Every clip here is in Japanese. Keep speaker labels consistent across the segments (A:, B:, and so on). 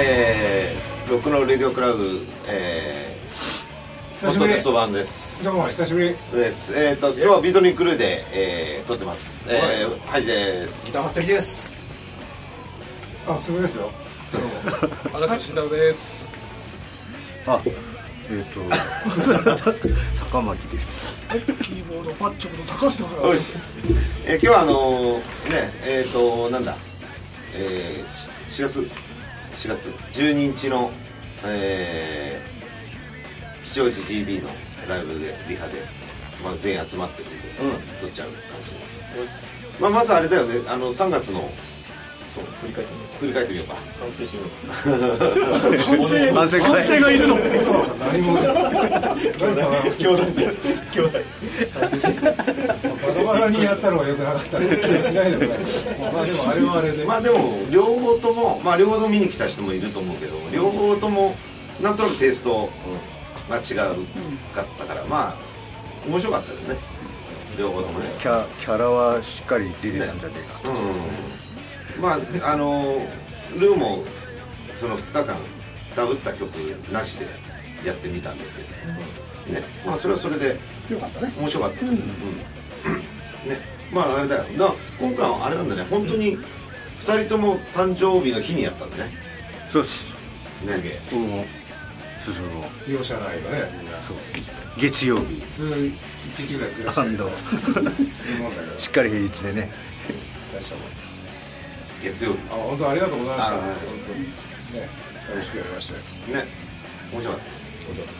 A: えー、ロックのレディオクラブ、えー、
B: 久し
A: ポッド
B: ぶり
A: キャスト版です
B: どうも久しぶり
A: ですえっ、と今日はビートニックルーで、えー、撮ってますえ
C: はい
A: ー、ハジです
C: ギター服部です。
B: あすごいですよ
D: 私の慎太郎です。
E: あ、えっ、と坂巻です。
C: はい、キーボードパッチョクの高橋でござい
A: おい
C: ま
A: っ
C: す。
A: すえー、今日はあのー、ねえっ、ー、となんだえー、し4月4月12日のえー、吉祥寺 GB のライブでリハで、まあ、全員集まってるんで、撮っちゃう感じです、まあ、まずあれだよねあの3月の
C: そう、振り返ってみよ
A: 振り返ってみようか
C: う。完成してみよ
E: 反
C: う。
E: 省反省
C: 完成がいるの。兄
B: 何も
C: 弟、兄弟、兄弟。
B: バラバラにやったのが良くなかったって気がしないでもないまあでもあれはあれで
A: まあでも両方ともまあ両方とも見に来た人もいると思うけど両方ともなんとなくテイストが違うかったからまあ面白かったですね両方ともね
E: キャキャラはしっかり出てたんじゃねえか。
A: うんまああのルーもその2日間ダブった曲なしでやってみたんですけどねまあそれはそれで
C: よかったね。
A: 面白かった、うんねまああれだよだから今回はあれなんだね本当に2人とも誕生日の日にやったんだね
E: そうです。
A: すげえ
E: 僕も進むも
B: 容赦ないよねみんな
E: 月曜
B: 普
E: 日
B: 通一日ぐらいずらし
E: ア
B: て
E: ン
B: るそ
E: ド
B: ういうもんだけど
E: しっかり平日でね。
B: 大したもん
A: 月曜日
B: あ本当ありがとうございました
A: あはい
B: 本当にね楽しくやりましたよ
A: ね面白かったです面白か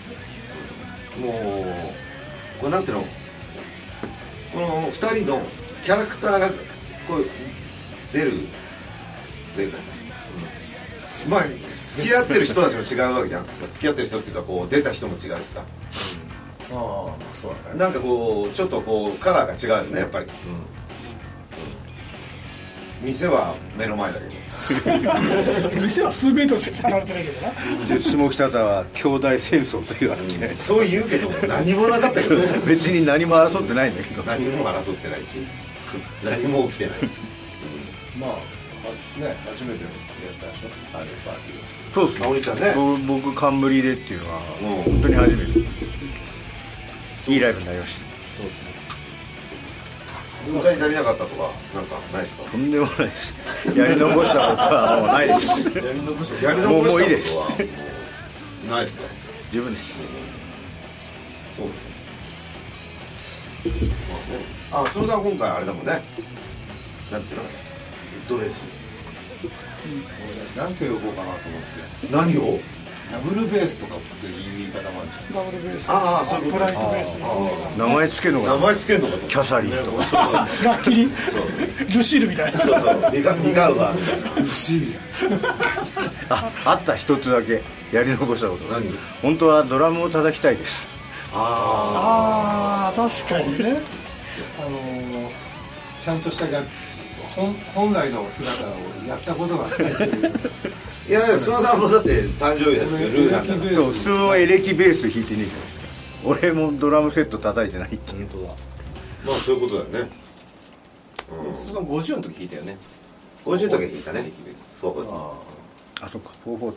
A: ったですねもうこれなんていうのこの2人のキャラクターがこう出るというかさ、うんまあ付き合ってる人たちも違うわけじゃん 付き合ってる人っていうかこう出た人も違うしさ
B: ああそうだね
A: なんかこうちょっとこうカラーが違うよねやっぱり、店は目の前 だけど
C: 店は数メートルしか離れてないけどな。
E: で下北沢は兄弟戦争と言われて、
A: そう言うけど何もなかったけどね
E: 別に何も争ってないんだけど。
A: 何も争ってないし何も起き てない
B: まああね初めてやったでしょああいうパーティーは
E: そうです
A: 沙織ちゃんね
E: 僕僕冠でっていうのは
A: うん
E: 本当に初めて。いいライブになりました。
A: 歌になりなかったとかなんかないですか
E: とんでもないです。やり残したことはもうないです。
A: やり残したやり
E: も
A: 残
E: うもういいで
A: し
E: す
A: たことはもうないですか
E: 十分です。
A: そうまあねあそれさん今回あれだもんねなんていうのドレス
B: 俺なんて呼ぼうかなと思って
A: 何を
B: ダブルベースとかっていう言い方もあるじゃん
C: ダブルベース。
A: ああそういう
C: プ
A: こ
C: ラ
A: と
C: イトベース。
E: 名前つけるの
A: 名
E: が
A: 前つけるのかと思っ
E: キャサリンとか。
A: た
C: 楽器に。
A: そう
C: ルシールみたいな。
A: そうそう そうリカリカウアーみたいな
E: ああった一つだけやり残したことが
A: 何
E: 本当はドラムを叩きたいです
A: あ
C: ああ、確かにね。
B: あのーちゃんとした楽本本来の姿をやったことがないと いう
A: あいやそのさんもだって誕生日ですけどルー
B: ル
A: な
B: ー
A: ん
B: キ
A: だ
B: ー
A: から
B: ベ
E: でも
B: ー
E: 普
B: ス
E: 通のエレキベース弾いてねえじゃないですか俺もドラムセット叩いてないっていう
A: まあそういうことだよね
F: その50の時聞いたよね
A: 50だけ弾いたねそう
E: あそっか440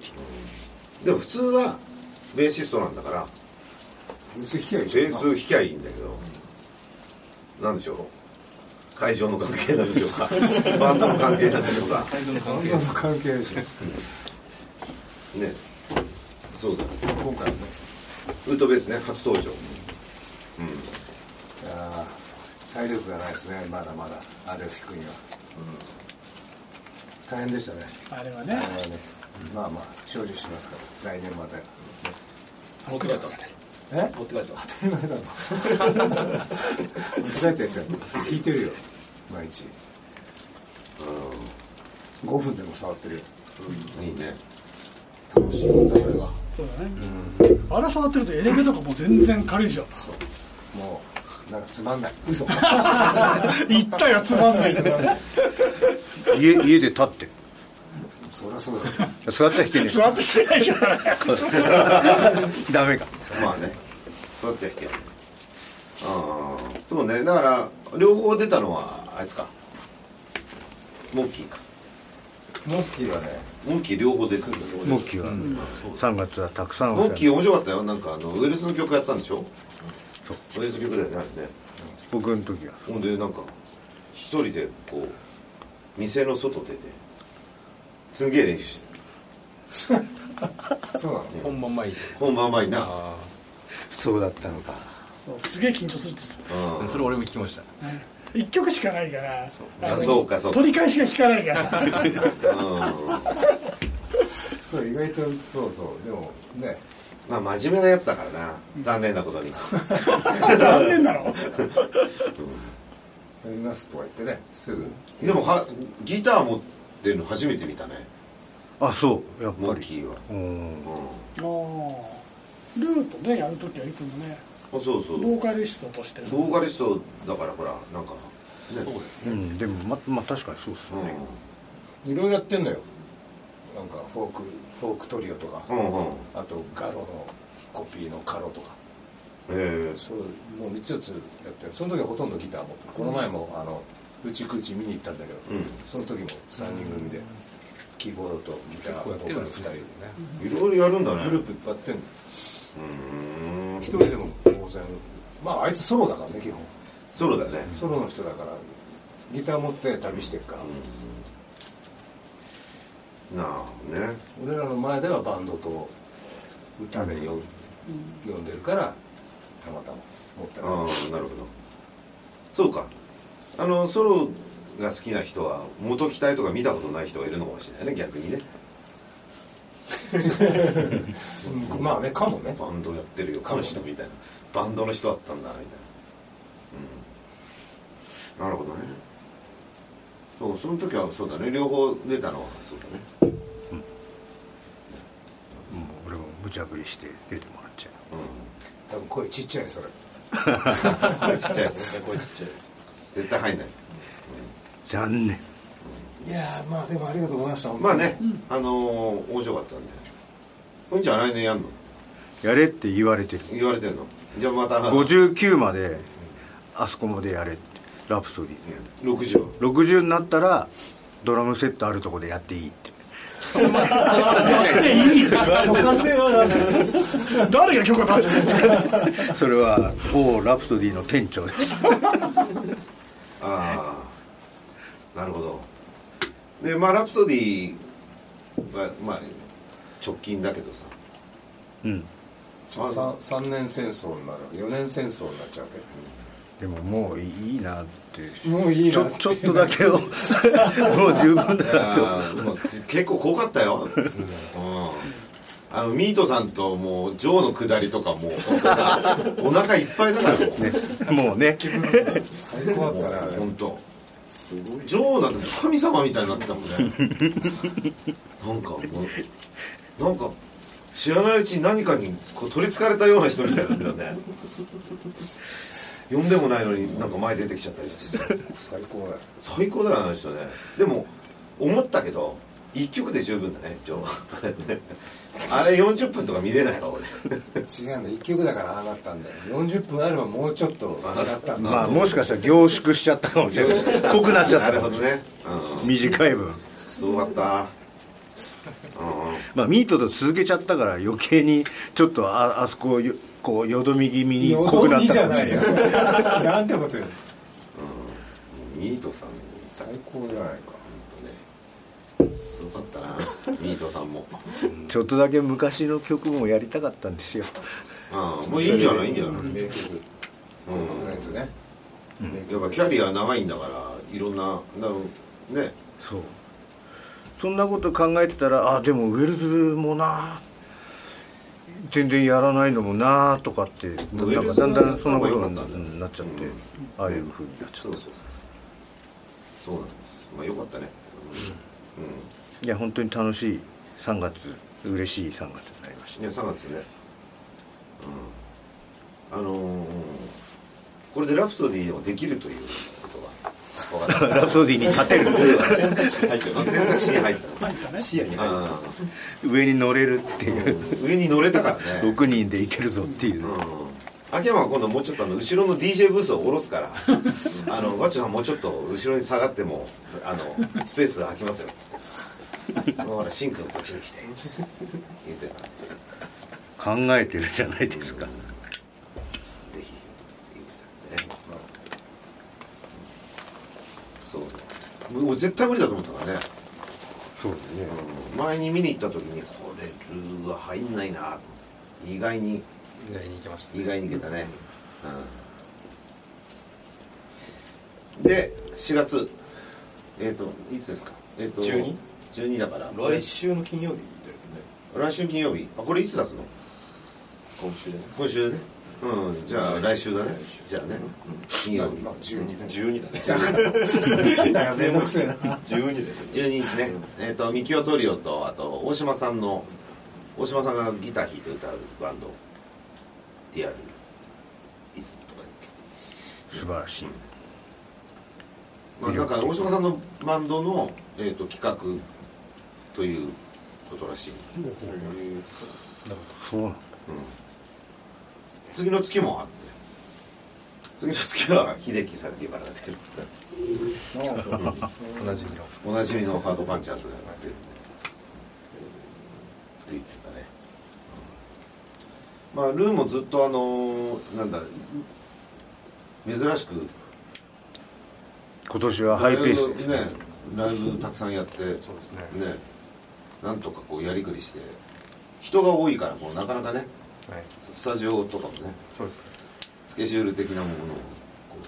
A: でも普通はベーシストなんだから
B: 薄引きは
A: ベ
B: 一緒
A: ース弾きゃいいんだけどなんでしょう会場の関係なんでしょう かバンドの関係なんでしょうか
B: 関係の関係でしょ
A: ねそうだ
B: 今回ね
A: ウッドベースね初登場
B: いやー体力がないですねまだまだあれを弾くには、大変でしたね
C: あれは
B: あ
C: ね
B: れ。はね、まあまあ精進しますから来年また
F: 持って帰ったね
B: え
F: 持って帰った
B: 当たり前だろ間違えてやっちゃう弾いてるよ毎日5分でも触ってるよ
A: いいね
B: 楽しいもんだこれは
C: そうだね。あれ触ってるとエレベとかもう全然軽いじゃん。
B: もうなんかつまんない嘘
C: 言ったよ、つまんないけど。
E: 家家で立って
B: そりゃそうだよ
E: 座って弾けね
C: 座ってしてないじゃん。
E: えダメか
A: まあねそうやって弾きゃいいああそうねだから両方出たのはあいつかモッキーか
B: モッキーはね
A: モンキー両方で来る
E: モッキーは3月はたくさんお世話
A: モンキー面白かったよなんかあのウェルスの曲やったんでしょ
E: そう
A: ウェルスの曲だよねあれね
E: 僕の時は
A: ほんでなんか一人でこう店の外出てすんげえ練習して
B: そうなの
F: 本番前に
A: た本番前にな
F: あ
E: そうだったのか
C: すげえ緊張するって言って
A: う
F: あ
A: ん
F: それ俺も聞きました
C: た一曲しかないから
A: あ
C: の
A: そうかそうか
C: 取り返しが効かないから
B: そう意外とそうそうでもね
A: まあ真面目なやつだからな残念なことに
C: 残念なの
B: やりますとか言ってねすぐ
A: でもはギター持ってるの初めて見たね
E: あそうやっ
A: モ
E: ぱ
A: ンキ
E: り
A: ーは
E: うん
A: うんあ
C: あーループねやるときはいつもね
A: そうそう
C: ボーカリストとして
A: ボーカリストだからほらなんかね
F: そうです
E: う
F: ね
E: んでもままあ確かにそうっす
A: うん
E: ね
B: いろいろやってんのよなんかフォークフォークトリオとか
A: うんうん
B: あとガロのコピーのカロとか
A: ええ
B: そうもう3つ4つやってるその時はほとんどギター持ってるこの前もあのうちくち見に行ったんだけど、
A: うん
B: その時も3人組でキーボードとギター
F: こう
B: ボ
F: や
B: ーカル
F: ってるん
B: 2
F: で
B: 人
F: すね
B: でね
A: いろいろやるんだね
B: グループいっぱいやってんの
A: うーん
B: 一人でも当然まああいつソロだからね基本
A: ソロだね
B: ソロの人だからギター持って旅してるから、
A: なあね
B: 俺らの前ではバンドと歌でよ、呼んでるからたまたま持ったら
A: ああなるほどそうかあのソロが好きな人は元期待とか見たことない人がいるのかもしれないね逆にね
B: うんまあねかもね
A: バンドやってるよこの人みたいなバンドの人だったんだみたいな、うん、なるほどねそうその時はそうだね両方出たのはそうだね
E: うん俺も無茶ぶりして出てもらっちゃ
B: 多分声ちっちゃいそれ
A: うんこれちっちゃい やつ
F: これちっちゃい
A: 絶対入んないう
E: 残念
B: いやーまあでもありがとうございました
A: まあね、あのー面白かったんでうんちゃん来年やんの
E: やれって言われてる
A: 言われてんのじゃあまた
E: 59まであそこまでやれってラプソディで
A: 60
E: 60になったらドラムセットあるとこでやっていいって
B: 許可制はなんだ
C: 誰が許可出してるんですか
E: それは某ラプソディの店長です
A: ああなるほどでまあラプソディはまあ直近だけ どさ
E: うん
A: あ
B: 3, 年戦争になる4年戦争になっちゃうけ
E: でももういいなって
B: どもういい
E: ちょちょっとだけを もう十分
A: い
E: だ
A: や
E: なと
A: ーまあ結構濃かったよ、うん、あのミートさんともうジョーの下りとかもう本当さお腹いっぱい だからもう、
E: もうね
B: 最高だったね
A: 本当ジョーなんて神様みたいになってたもんね なんかもうなんか知らないうちに何かにこう取りつかれたような人みたいになってたね呼んでもないのになんか前出てきちゃったりしてさ
B: 最高だよ
A: 最高だよあの人ねでも思ったけど1曲で十分だねジョーあれ40分とか見れないわ俺
B: 違うんだ1曲だからああなったんだよ40分あればもうちょっと違ったんだ
E: まあもしかしたら凝縮しちゃったかもし れない 濃くなっちゃっ
A: な
E: た
A: る
E: か
A: ほど
E: もしれない
A: ね、うん、
E: 短い分
A: すごかったうん
E: まあミートと続けちゃったから余計にちょっとああそこをよこうよどみ気味に濃くなったかもしれない
B: よどみじゃないよなんてこと言うの
A: ミートさん
B: 最高じゃないか
A: すごかったなミートさん も
E: ちょっとだけ昔の曲もやりたかったんですよ
A: うんもういいんじゃないいいんじゃない、
B: 名曲
A: うん
B: のやつね名
A: やっぱキャリア長いんだからいろんななね
E: そうそんなこと考えてたらあでもウェルズもな全然やらないのもなとかって
A: ウェ
E: なん
A: ル
E: か
A: ズ
E: だ
A: は
E: んだんそんなこと
A: なんか良か
E: が
A: ったんだ
E: うんなっちゃって、
A: うん
E: ああいうふうになっちゃ
A: そ
E: っ
A: う
E: た
A: そうそうそうそうなんですまあよかったねうん、
E: いや本当に楽しい3月嬉しい3月になりまし
A: いや3月ねうんあのー、これでラプソディをできるということが分か
E: た
A: っ
E: ラプソディに立てる
A: た選択肢に入った の
F: 視野に入る
A: あ
E: 上に乗れるっていう
A: ー上に乗れたからね
E: 6人でいけるぞっていう、
A: うん秋山は今度もうちょっとあの後ろの DJ ブースを下ろすからあのガッチョさんもうちょっと後ろに下がってもあのスペース空きますよっつってほらシンクをこっちにして言ってたからぜ
E: 考えてるじゃないですか
A: ひ言ってたね、まあそうもう絶対無理だと思ったからね
E: そうだね
A: うん前に見に行った時にこれルーは入んないな意外に
D: 意外に行きました
A: 意外にいけたね、うんで4月えっ、といつですかえっ、と
F: 12?
A: 12だから
F: 来週の金曜日だよね
A: 来週金曜日あこれいつ出すの
F: 今週でね
A: 今週ねうんじゃあ来週だねじゃあね、金曜日
B: まあ12だ
F: 12だね
B: だからめんどくせえな
F: 12だよね
A: 12日ねえっ、とミキオトリオとあと大島さんの大島さんがギター弾いて歌うバンド TR イズムとかだっけ
E: 素晴らしい
A: まあ、なんか大島さんのバンドの、えー、と企画ということらしい、
E: そうなんだ
A: 次の月もあって次の月は秀樹さんにバラが出る
D: 同じみの
A: おなじみのハードパンチャーズが出るんで、えー、と言ってたね、うんまあルーもずっとあのーなんだ珍しく
E: 今年はハイペースですね
A: ねライブたくさんやって
D: そうですね
A: ねなんとかこうやりくりして人が多いからこうなかなかね
D: はい
A: スタジオとかもね
D: そうですね
A: スケジュール的なものをこう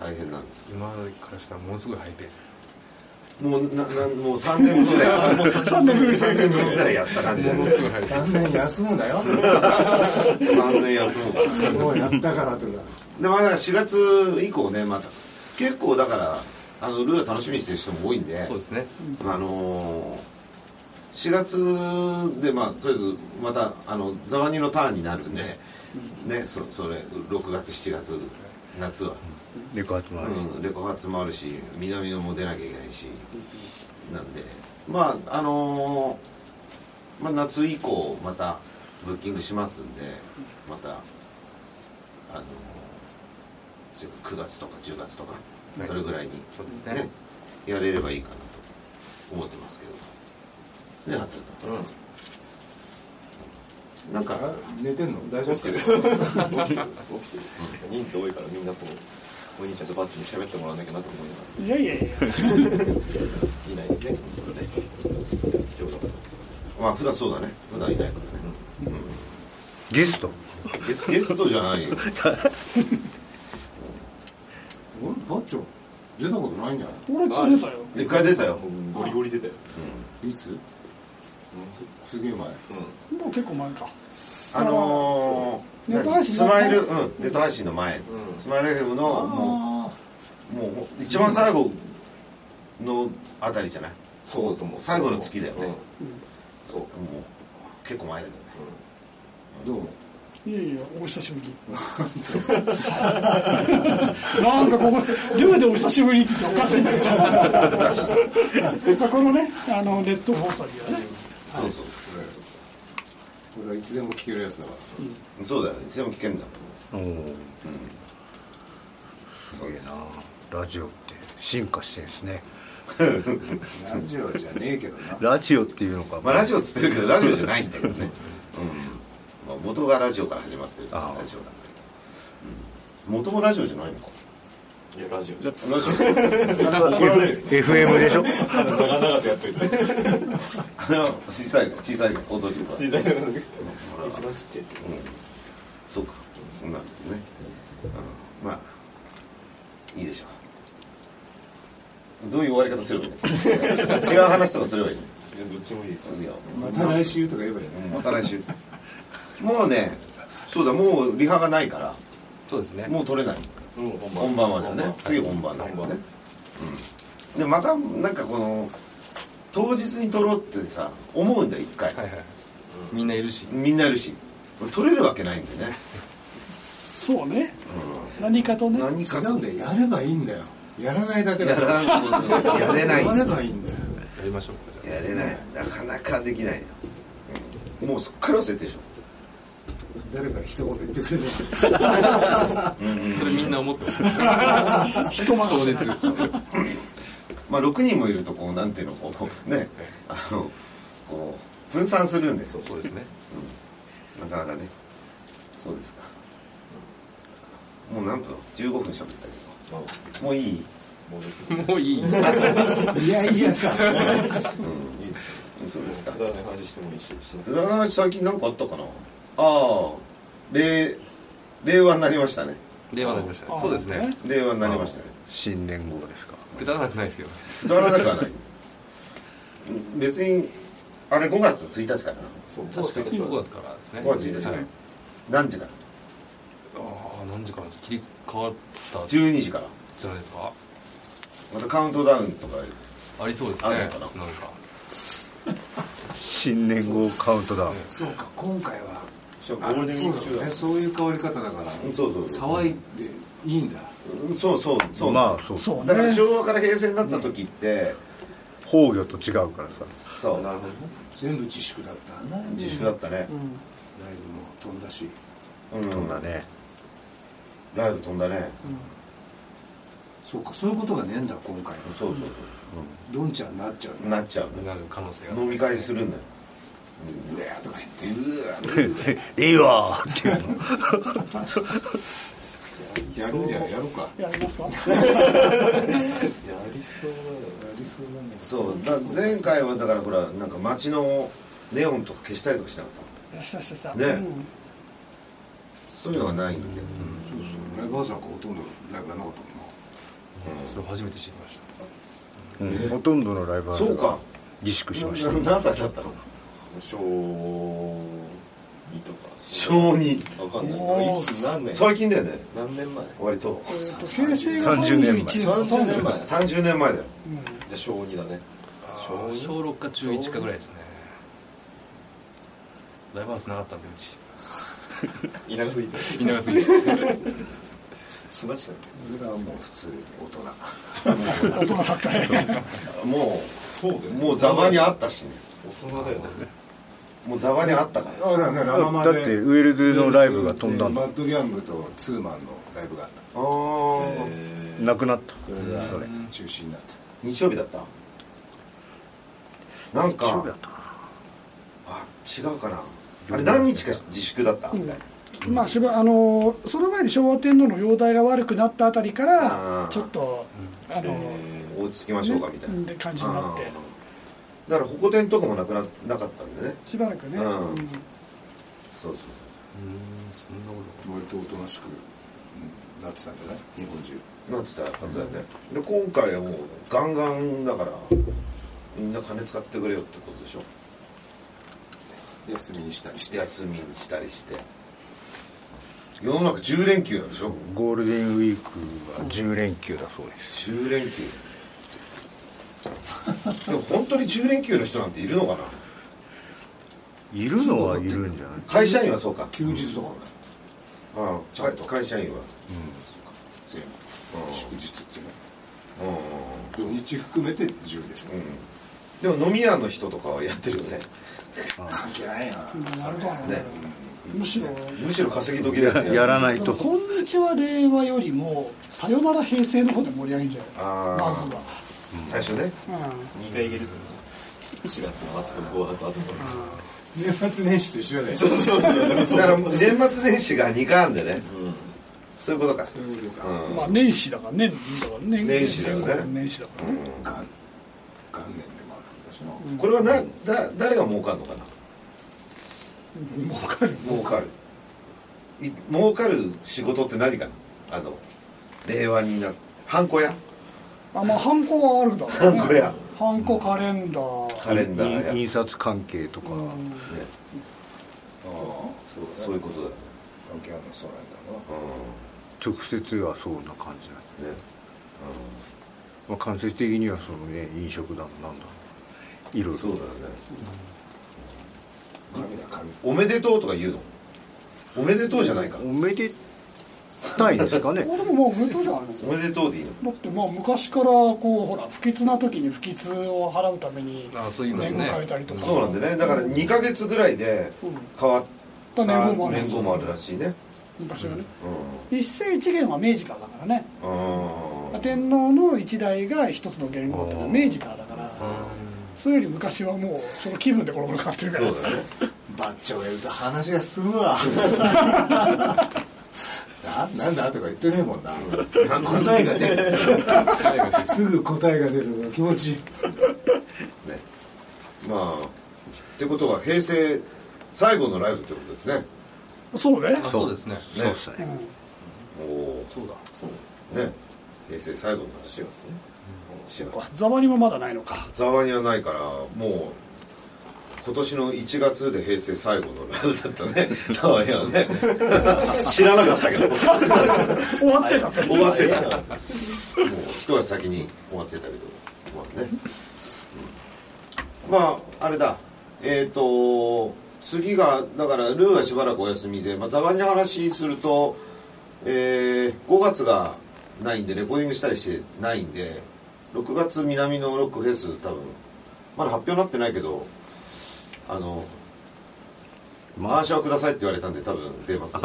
A: 大変なんですけ
D: 今までからしたらものすごいハイペースです
A: どもうななもう3年分ぐらい 3年分ぐらいやった感じで
D: ものすごいハイペース
B: 3年休むなよ
A: 3年休もうから
B: もうやったからとか
A: でまあだから4月以降ねまた結構だからあのルーを楽しみにしてる人も多いんで
D: そうですね
A: あのー、4月でまあとりあえずまたあのザワニのターンになるんでねそそれ6月7月夏は。
E: レコ発もあるし
A: うん、レコ発もあるし南野も出なきゃいけないしなんでまああのーまあ、夏以降またブッキングしますんでまたあのー、9月とか10月とか
D: はい
A: それぐらいに、
D: そうですね
A: やれればいいかなと思ってますけどねはたなんか
B: あ寝てんの 大丈夫ですか
F: 起きてる人数多いからみんなこうお兄ちゃんとバッチに喋ってもらわなきゃなと思いなが
C: いやいやいや
F: らいないんでねそれで冗談する
A: まあ普段そうだね普段いないからね、
E: ゲスト
A: ゲスゲストじゃないよ
B: 俺バッチョ出たことないんじゃな
C: 俺と出たよ
A: 一回出たよ
F: ゴリゴリ出たよ
B: いいつすげえ前
C: もう結構前か
A: あのー、
C: ネット配信
A: ス
C: の
A: マ
C: 前
A: イル、うん、ネット配信の前、スマイル FM のも
B: あ
A: うもう一番最後のあたりじゃない
F: そうだと思う
A: 最後の月だよね
F: うん
A: そうもう結構前だけ
B: あどうも
C: いやいやお久しぶりなんかここルーでお久しぶりって言っておかしいんだけどまあこのねあのネット放送にはね
A: どねそうそ
B: これはいつでも聞けるやつだわ
A: うそうだよいつでも聞けんだ
E: おー
A: そうです
E: ラジオって進化してるんですね
B: ラジオじゃねえけどな
E: ラジオっていうのか
A: まあラジオっつってるけどラジオじゃないんだけどねうん、まあ、元がラジオから始まってるラジオなんだけど、うん、元もラジオじゃないのか
F: いやラジオじゃ
A: ラジオ
E: FM でしょ
F: 長々とやっといて
A: あの小さい小さい放送局は
F: デザイナーの時一番ちっちゃいやつ
A: そうか、そんなんですね、うん、まあいいでしょうどういう終わり方すればいいの 違う話とかすればいいの
F: いやどっちもいいですよ
A: いや
B: また来週とか言えばいいね
A: うんまた来週もうねそうだもうリハがないから
D: そうですね
A: もう取れない
F: うん本
A: 本番までね次本番だ
F: だ
A: か
F: から
A: ね
F: らね、
A: うん、でまたなんかこの当日に取ろうってさ思うんだよ一回、
D: はいはいみんないるし
A: みんないるし取れるわけないんでね
C: そうね、何かとね
A: 何か
B: 違うんだよやればいいんだよやらないだけだ
A: やらんやれない
B: やればいいんだよ
D: やりましょうかじゃ
A: やれないなかなかできないよもうすっかり忘れてるでし
B: 誰か一言言ってくれれば
D: あそれみんな思ってます
C: 人任
D: 当
C: せ
D: 日ですよね
A: ょ、まあ、6人もいるとこうなんていうのこうねあのこう分散するんですよ
D: そうですね
A: なかなかねそうですかもう何分15分喋ったけ
F: まあ
A: どもういい、
F: もう別に
D: もういい
B: い やいやか
A: う
F: いいです
A: ん、そうですか
F: くだらない話してもいいししなくても
A: 裏話最近何かあったかなああ令令和になりましたね
D: 令和になりましたねそうですね
A: 令和になりましたね
E: 新年号ですか
D: くだらなくないですけどね
A: くだらなく はないうん別にあれ5月1日からな
F: そう
D: 確かに
F: そう
D: 5月からですね
A: 5月1日から、
D: はい
A: 何時から
D: ああ何時からです切り替わったじ
A: 12時から
D: ゃないですか
A: またカウントダウンとか
D: ありそうですね
A: あるのかな
D: なんか
E: 新年号カウントダウン
B: そうか今回は
A: そうゴ
B: あ
A: ールデンウィーク
B: そ
A: 中
B: うだ
A: だ
B: ねそういう変わり方だから
A: うんそうそうそう
B: 騒いでいいんだ
A: うんそうそうそう
E: まあそう
C: そうね
A: だから昭和から平成になった時って
E: 崩御と違うからさ
A: そう
F: なるほどね
B: 全部自粛だったなライ
A: 自粛だったね
B: ブも飛んだし
A: うん
E: そんなね
A: ライブ飛んだね
B: そうかそういうことがねえんだ今回は
A: そうそう
B: どんちゃんになっちゃう
A: そう
B: ね
A: なっちゃうね
D: なる可能性が
A: 飲み会するんだよ
B: うわーとか言って
E: 「いいわ!」っていうの
B: やるじゃんやろうか
C: やりますか
F: やりそうだよやりそうなんだ
A: そうだ前回はだからほらなんか街のネオンとか消したりとかしなかった
C: したしたした
A: ね
C: うん
A: そういうのがないんだけど、
B: そうそうライブハウスなんかほとんどライブはなかったもんな
D: それ初めて知りました
E: うんほとんどのライブハウスが
A: そうか
E: 自粛しました
A: 何歳だったの
F: 小二とか
A: 小二
F: わかんない
C: おー
F: いつ何年
A: 最近だよね
F: 何年前じゃ
A: 割と
C: えーと平成が
E: 30年前
C: 31年
F: 30年前
A: 30年前だよ
F: あ小二だね小二
D: 小6か中1かぐらいですねライブハウスなかったんでうち
F: 田舎すぎて
D: 田舎すぎて
F: すばしかっ
B: 俺
F: た
B: らはもう普通に大人
C: 大人だったね
A: も
F: そうだよ
A: うもうざまにあったしね
F: 大人だよね
A: もうざまにあったから
B: あだねラママ
E: だってウェールズのライブが飛んだんだ
B: バッドギャングとツーマンのライブがあっ
A: あー
F: え
E: なくなったそれ
B: た中止になった
A: 日曜日だったなんか
E: 中部やったな
A: あ違うかなあれ何日か自粛だった、
C: まあしばあのーその前に昭和天皇の容体が悪くなったあたりか
A: うん
C: らちょっとあのー
A: 落ち着きましょうかみたいな、
C: ねうん感じになって
A: あーだからホコ天とかもなくななかったんでね
C: しばらくね
A: うん
C: うん
A: そうそう
D: そんなこ
B: 割とおとなしくうんなってたんじゃない日本中
A: なってたはずだよね、で今回はもうガンガンだからみんな金使ってくれよってことでしょ
B: 休みにしたりして
A: 休みにしたりして世の中10連休なんでしょ
E: ゴールデンウィークは10連休だそうです
A: 10連休でも本当に10連休の人なんているのかない
E: るのはいるんじゃない
A: 会社員はそうか
B: 休日とかもね
A: ああか会社員は
B: 全部
A: うん
B: 祝日ってね
A: うんうん
B: 土日含めて10でしょ
A: うんでも飲み屋の人とかはやってるよね
B: 関係ないな
C: なるほど
A: ね
C: ねむしろ
A: むしろ稼ぎ時だよね
E: やらないと
C: こんにちは令和よりもさよなら平成の方で盛り上げんじゃ
A: あ
C: な
A: ー
C: いまずは
A: 最初ね
C: う
F: 二回いけると思う4月の末と5月後と
B: 年末年始と一緒だよ
F: そうそうそう
A: だから年末年始が2回あんでねそういうことか
B: そういうことか
C: んまあ年始だから年だから年
A: 年始だよね
C: 全国年始だからね
B: 元元年でもあるんだしな
A: これはなだ誰が儲かるのかな
C: 儲かる
A: 儲かるい儲かる仕事って何かなあの令和になハンコ屋
C: あまあハンコはあるんだろうね
A: ハンコや
C: ハンコカレンダー
A: カレンダーや、
E: い
A: ね、
E: 印刷関係とか
B: ああ
A: そうそういうことだよね
B: 関係あるのそうなんだろうな
E: 直接はそんな感じだ、
A: うんね
E: まあ、間接的にはそのね飲食だのなんだいろい
A: そうだ
E: ろ
A: よね
B: 紙だ紙
A: おめでとうとか言うのおめでとうじゃないか
E: おめでたいですかね
C: まあでもまあ無当じゃないの
A: おめでとうでいいの
C: だってまあ昔からこうほら不吉な時に不吉を払うために
D: とあそう言いますね
C: 年号変えたりとか
A: そうなんでねだから2か月ぐらいで変わった
C: だ年号もある
A: 年号もあるらしいね
C: 昔はね、
A: う
C: 一世一元は明治からだからね
A: んうん
C: 天皇の一代が一つの元号っていうのは明治からだからそれより昔はもうその気分でコロコロ変わってるから
A: そうだね
B: バッチョがいると話が進むわななんだとか言ってねえもんな答えが出るすぐ答えが出る気持ちいい
A: ねまあってことは平成最後のライブってことですね
C: そうね
D: あそうですね
A: そうっ
E: すね
A: おお
D: そうだ
F: そう
A: ね平成最後の話
F: 4月ね
A: します
C: ざわにもまだないのか
A: ざわにはないからもう今年の1月で平成最後のライブだったね ざわには ね知らなかったけど
C: 終わってたって
A: 終わってたもう一足先に終わってたけどまあね、うんまああれだえっ、と次がだからルーはしばらくお休みで、まあ、ざわにの話すると、えー5月がないんでレコーディングしたりしてないんで6月南のロックフェス多分まだ発表になってないけどあの回しをくださいって言われたんで多分出ます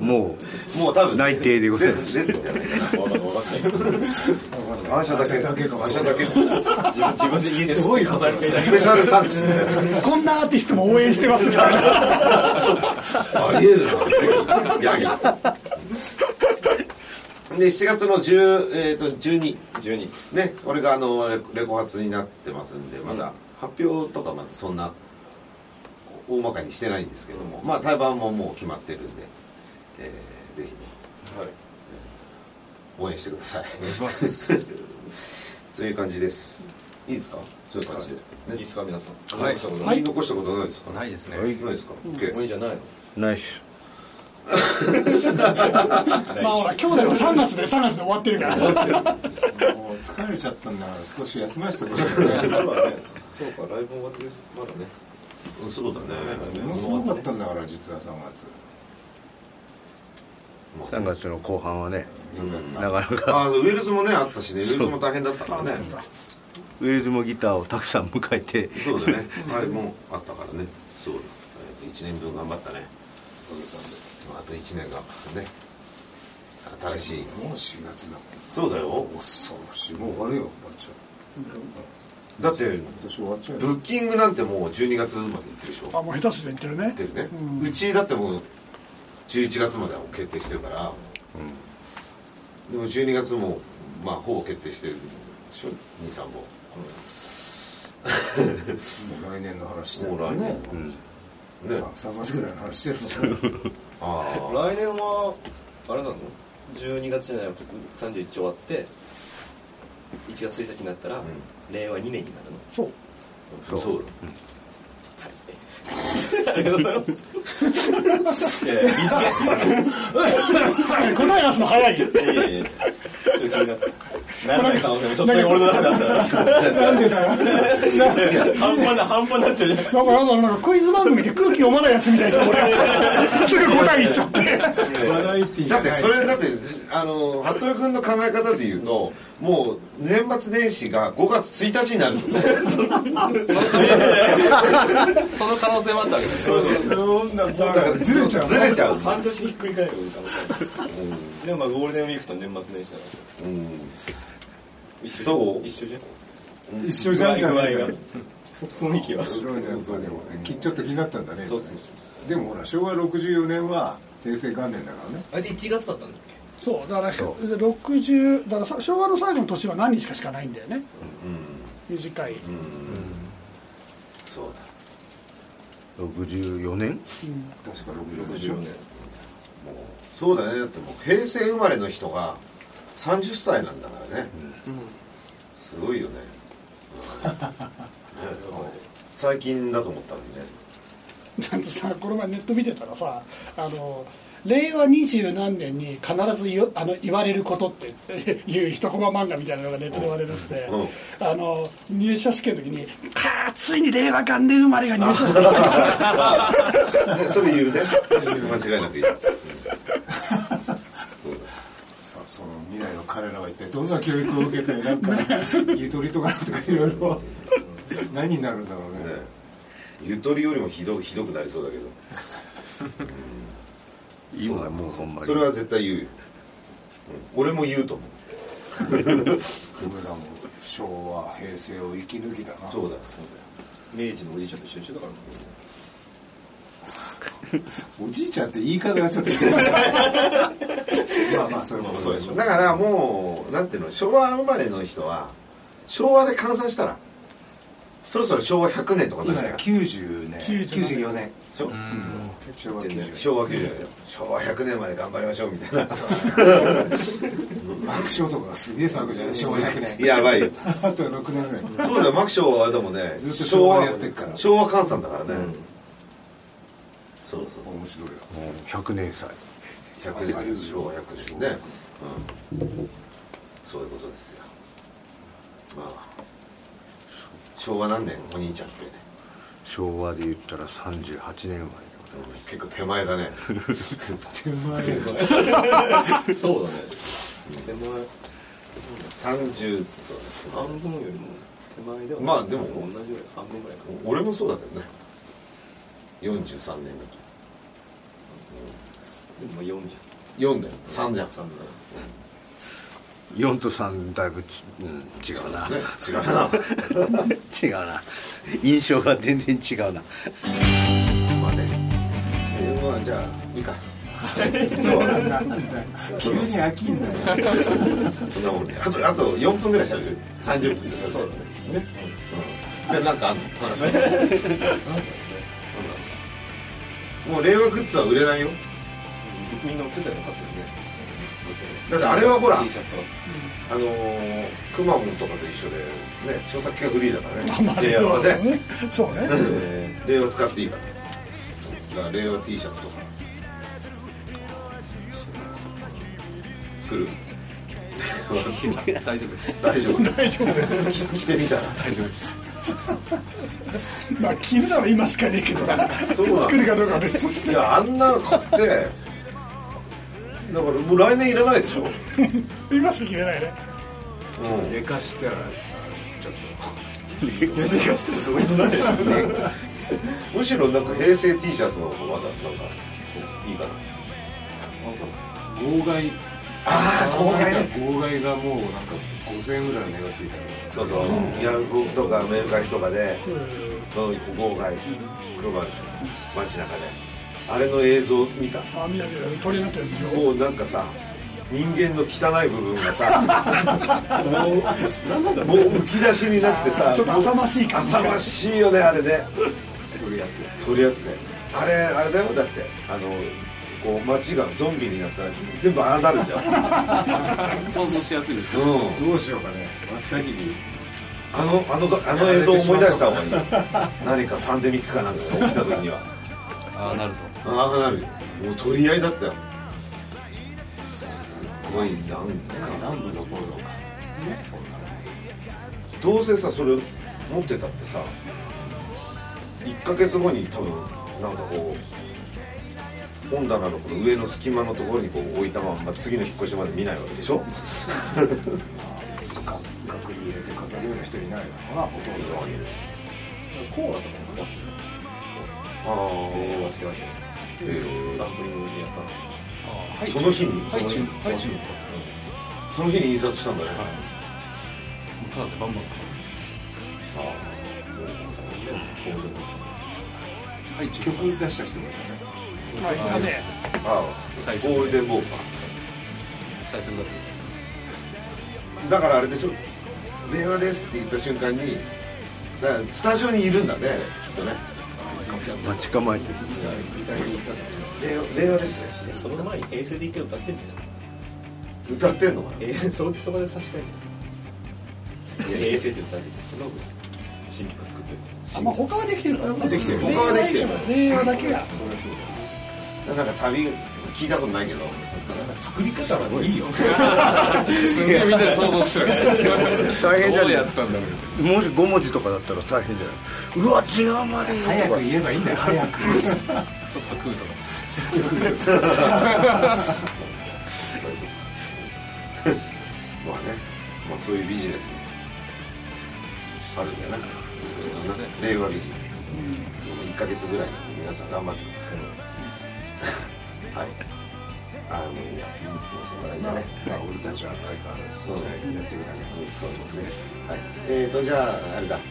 E: も
A: もう多分。
E: 内定でございます
A: 出るんじゃないかな。
F: 分かんない分かんない
A: アーシャだけ
B: だけか
A: アーシャだけ。
F: 自分自分で家で
B: どういう
F: 飾りたい
A: スペシャルサービスね。
C: こんなアーティストも応援してますみたいな
A: ありえるな。ギャギ。で7月の10えっ、と12
F: 12
A: ね、俺があのレレコ発になってますんでまだ発表とかまだそんな大まかにしてないんですけども、まあ対バンももう決まってるんで、えー、ぜひね
F: はい
A: 応援してください。
D: お願いします
A: という感じです。いいですか？そういう感じで。
F: いいっ
A: ね
F: すか皆さん
D: はい
F: 話したこと
A: 言い残したことないですか？
D: ないですね
A: ないですか。OK
F: もういいんじゃないの
E: うないっす
C: まあほら兄弟は3月で3月で終わってるから
B: もう疲れちゃったんだから少し休ませてください
F: そうだねそうかライブ終わってるまだね
A: そうだね。
B: ものすごかったんだから実は3月
E: 3月の後半はねなかなか
A: あウェルズもねあったしねウェルズも大変だったからね
E: ウェルズもギターをたくさん迎えて
A: そうだねあれもあったからねそうだ、えー、1年分頑張ったねあと1年がね新しい
B: もう4月だもん
A: そうだよ
B: 恐ろしいもう終わるよバッチョ
A: だって
B: 今年終わっちゃうよ
A: ブッキングなんてもう12月まで行ってるでしょ
C: あもう下手すりゃ言ってるね
A: ってるね、うちだってもう11月まではもう決定してるから、でも12月もまあほぼ決定してるでしょ23本
B: もう来年の話して
A: も
B: る
A: う来年
B: ね
A: ね
B: 3月ぐらいの話してるの
A: ああ
F: 来年はあれなの12月じゃない31終わって1月1日になったら、令和2年になるの
C: そう
A: そう
F: ありがとうございますいやいや
C: 答え出すの早いよ
F: いやいやいやちょっと気になったならない可能性もちょっとだけ俺の中であったら
B: なんでだよ
F: 半端な半端になっちゃうじゃない
C: なんかなんかなんかクイズ番組で空気読まないやつみたいじゃん俺すぐ答え言っちゃって
B: 話題って言い
A: だ
B: た
A: っ
B: い
A: てそれだってあの服部君の考え方で言うともう年末年始が5月1日にな る
F: その可能性もあったわけです
B: そうそうそんなも
A: だから
B: うずれちゃう
A: ずれちゃう
F: 半年ひっくり返る可能性もあるでもまあゴールデンウィークと年末年始だから一緒
A: そう
F: 一緒じゃん
B: 一緒じゃんじゃない
F: 具合
B: か
F: が雰囲気は
B: 面白いねそうでもねきちょっと気になったんだね
F: そうそう
B: でもほら昭和64年は平成元年だからね
F: あれで1月だったんだっけ
C: そうだから60だからさ昭和の最後の年は何日かしかないんだよね、短い、
A: そうだ
E: 64年
B: 確か64年
F: 64年
A: もうそうだねだってもう平成生まれの人が30歳なんだからね、すごいよね,、う んね最近だと思ったんでね
C: なんかさこの前ネット見てたらさあの令和二十何年に必ず言うあの言われることって いう一コマ漫画みたいなのがネットで言われるっつって、
A: うん
C: あの入社試験の時に「かあついに令和元年生まれが入社してきたか
A: ねそれ言うね間違いなく言う
B: さあその未来の彼らは一体どんな教育を受けてなんかゆとりとかなんとかいろいろ何になるんだろうね
A: ねゆとりよりもひどひどくなりそうだけど
E: 今もうほんまに
A: それは絶対言うよ、うん俺も言うと思う
B: 俺らも昭和平成を生き抜きだな
F: そうだよそうだよ明治のおじいちゃんと一緒にしてたからね
B: おじいちゃんって言い方が ちょっとまあまあそれもそうでしょ
A: だからもうなんていうの昭和生まれの人は昭和で換算したらそろそろ昭和100年とかにな
B: 今
A: る
B: ね
A: から
B: 90年94年
A: そう
B: 昭和
A: 全然
B: 90年
A: 昭和90年だよ昭和100年まで頑張りましょうみたいな
B: マクショとかがすげえ騒ぐじゃない昭和100年
A: やばいよ
B: あと6年ぐらい
A: そうだよマクショーはでもね
B: ずっと昭和やってっから
A: 昭和換算だからね、そうそう
B: 面白いよ
E: 100年祭
A: 100年です昭和100年ね、うんそういうことですよまあ昭和何年お兄ちゃんって
E: 昭和で言ったら38年前
A: 結構手前だね
B: 手前
F: そうだね手前
A: 30そうだね
F: 半分よりも手前では
A: まあでも
F: 同じぐらい半分ぐらいかな
A: 俺もそうだけどね43年だと
F: でも4じ
A: 4だよ
F: ゃん
A: 3じゃん
F: 3だよ
E: 4と3だいぶち、うん、違うな
A: 違うな
E: 違うな印象が全然違うな
A: まあねえーまあじゃあいい か今日は
B: 急に飽きんなよ
A: そんなもんねあとあと4分ぐらいしゃべる30分でそれねね、うん、 でなんかあんの話すもう令和グッズは売れないよ
F: みんな売ってたよ買ってるね
A: だってあれはほら
F: T シャツとか作って
A: あのー、くまモンとかと一緒でね著作権フリーだから
C: まあ
A: ね
C: 令
A: 令和
C: 和
A: は
C: は
A: ね
C: ねそうね
A: え ー令和使っていいからだから令和 T シャツとか作る
D: 大丈夫です
A: 大丈夫
C: 大丈夫です
A: 着着てみたら
D: 大丈夫です
C: まあ着るなら今しかねえけどな
A: うなの
C: 作るかどうかは別とし
A: い
C: て
A: やあんなの買ってだからもう来年いらないでしょ、うん、
C: 今しか着れないね
B: 寝かしたらあちょっ
A: むしろなんか平成 T シャツの方がまだなんかいいかな
B: と号外
A: ああ公開
B: な
A: ね
B: んか号外がもうなんか5000円ぐらいの値がついたり
A: そうそうヤフオクとかメルカリとかでその号外配る街中であれの映像見た
C: あみやみや鳥になったやつよ
A: もうなんかさ人間の汚い部分がさもうなんだもうむき出しになってさ
C: ちょっと浅ましい感じ
A: 浅ましいよねあれね
B: 取り合って
A: 取り合ってあれあれだよだってあのこう街がゾンビになったら全部ああなるんだよ、
D: 想像しやすいです
A: うん、
B: どうしようかね真っ先に
A: あのあのがあの映像を思い出した方がいいよ何かパンデミックかなんかが起きた時には
D: ああなると
A: ああなるよもう取り合いだったよすごいなんか
B: 南部の頃とかねそんなの
A: どうせさそれ持ってたってさ1ヶ月後に多分なんかこう本棚のこの上の隙間のところにこう置いたまんま次の引っ越しまで見ないわけでしょ
B: が額に入れて飾るような人いないだろうなほとんどは
F: コーラとかも配って
A: あ
F: たよ
A: あ
F: 令和ってわけでサンプリングにやったの
A: その日に
D: ハイチュウハイチュウ
A: その日に印刷したんだね、
D: ただでバンバンハイチュウ
B: 曲出した人もいたね
C: はいだね
A: あ
D: 最
A: あ
D: 初ね
A: ゴールデンボーパ
D: 最初だっ
A: ーだからあれでしょ「令和です」って言った瞬間にだからスタジオにいるんだねきっとね
E: 待ち構えてる
A: 令和令和ですね
F: その前に平成で一回歌ってんだよ
A: 歌ってんのかな
F: えー、 そそこで差し替えて平成って歌っててその後新曲作ってる
C: あまあ他はできてるだろうな
A: できてる
C: 令
A: 他は
C: 和
A: でき
C: だ
A: て
C: け
A: る
C: が令和だけが
A: なんかサビ聞いたことないけど
B: 作り方はいいよ
D: す げえみんなで想像してる
E: 大変だね
D: どうやったんだろう
E: もし5文字とかだったら大変だようわ違うまで
B: 早く言えばいいんだよ早く
D: ちょっと食うとか
A: まあねまあそういうビジネスもあるんだよな令和ビジネス1か月ぐらい皆さん頑張ってください、はいあの、もうそんな感じだね。
B: まあ俺たちは相変わらずやっていくだけだ
A: そうですね。はい。えっ、ー、と、じゃあ、あれだ。ね、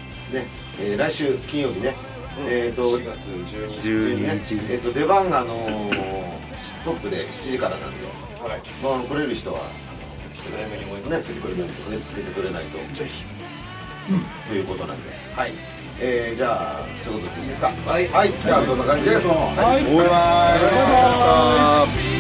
A: えー、来週金曜日ね。えっ、ー、と、
F: 4月12日
A: 12日ね。えっ、と、出番が、あのートップで7時からなんで。
F: はい
A: まあ、あの来れる人は、
F: ちょっと早めに思い
A: ね、
F: ます
A: つけてくれないと、ね、つけてくれないと。ぜひ。ということなんで。はい。えー、じゃあ、そういうことでいいですか。はい、はい、じゃあ、そんな感じです。はい、バイバイ。バイバイ。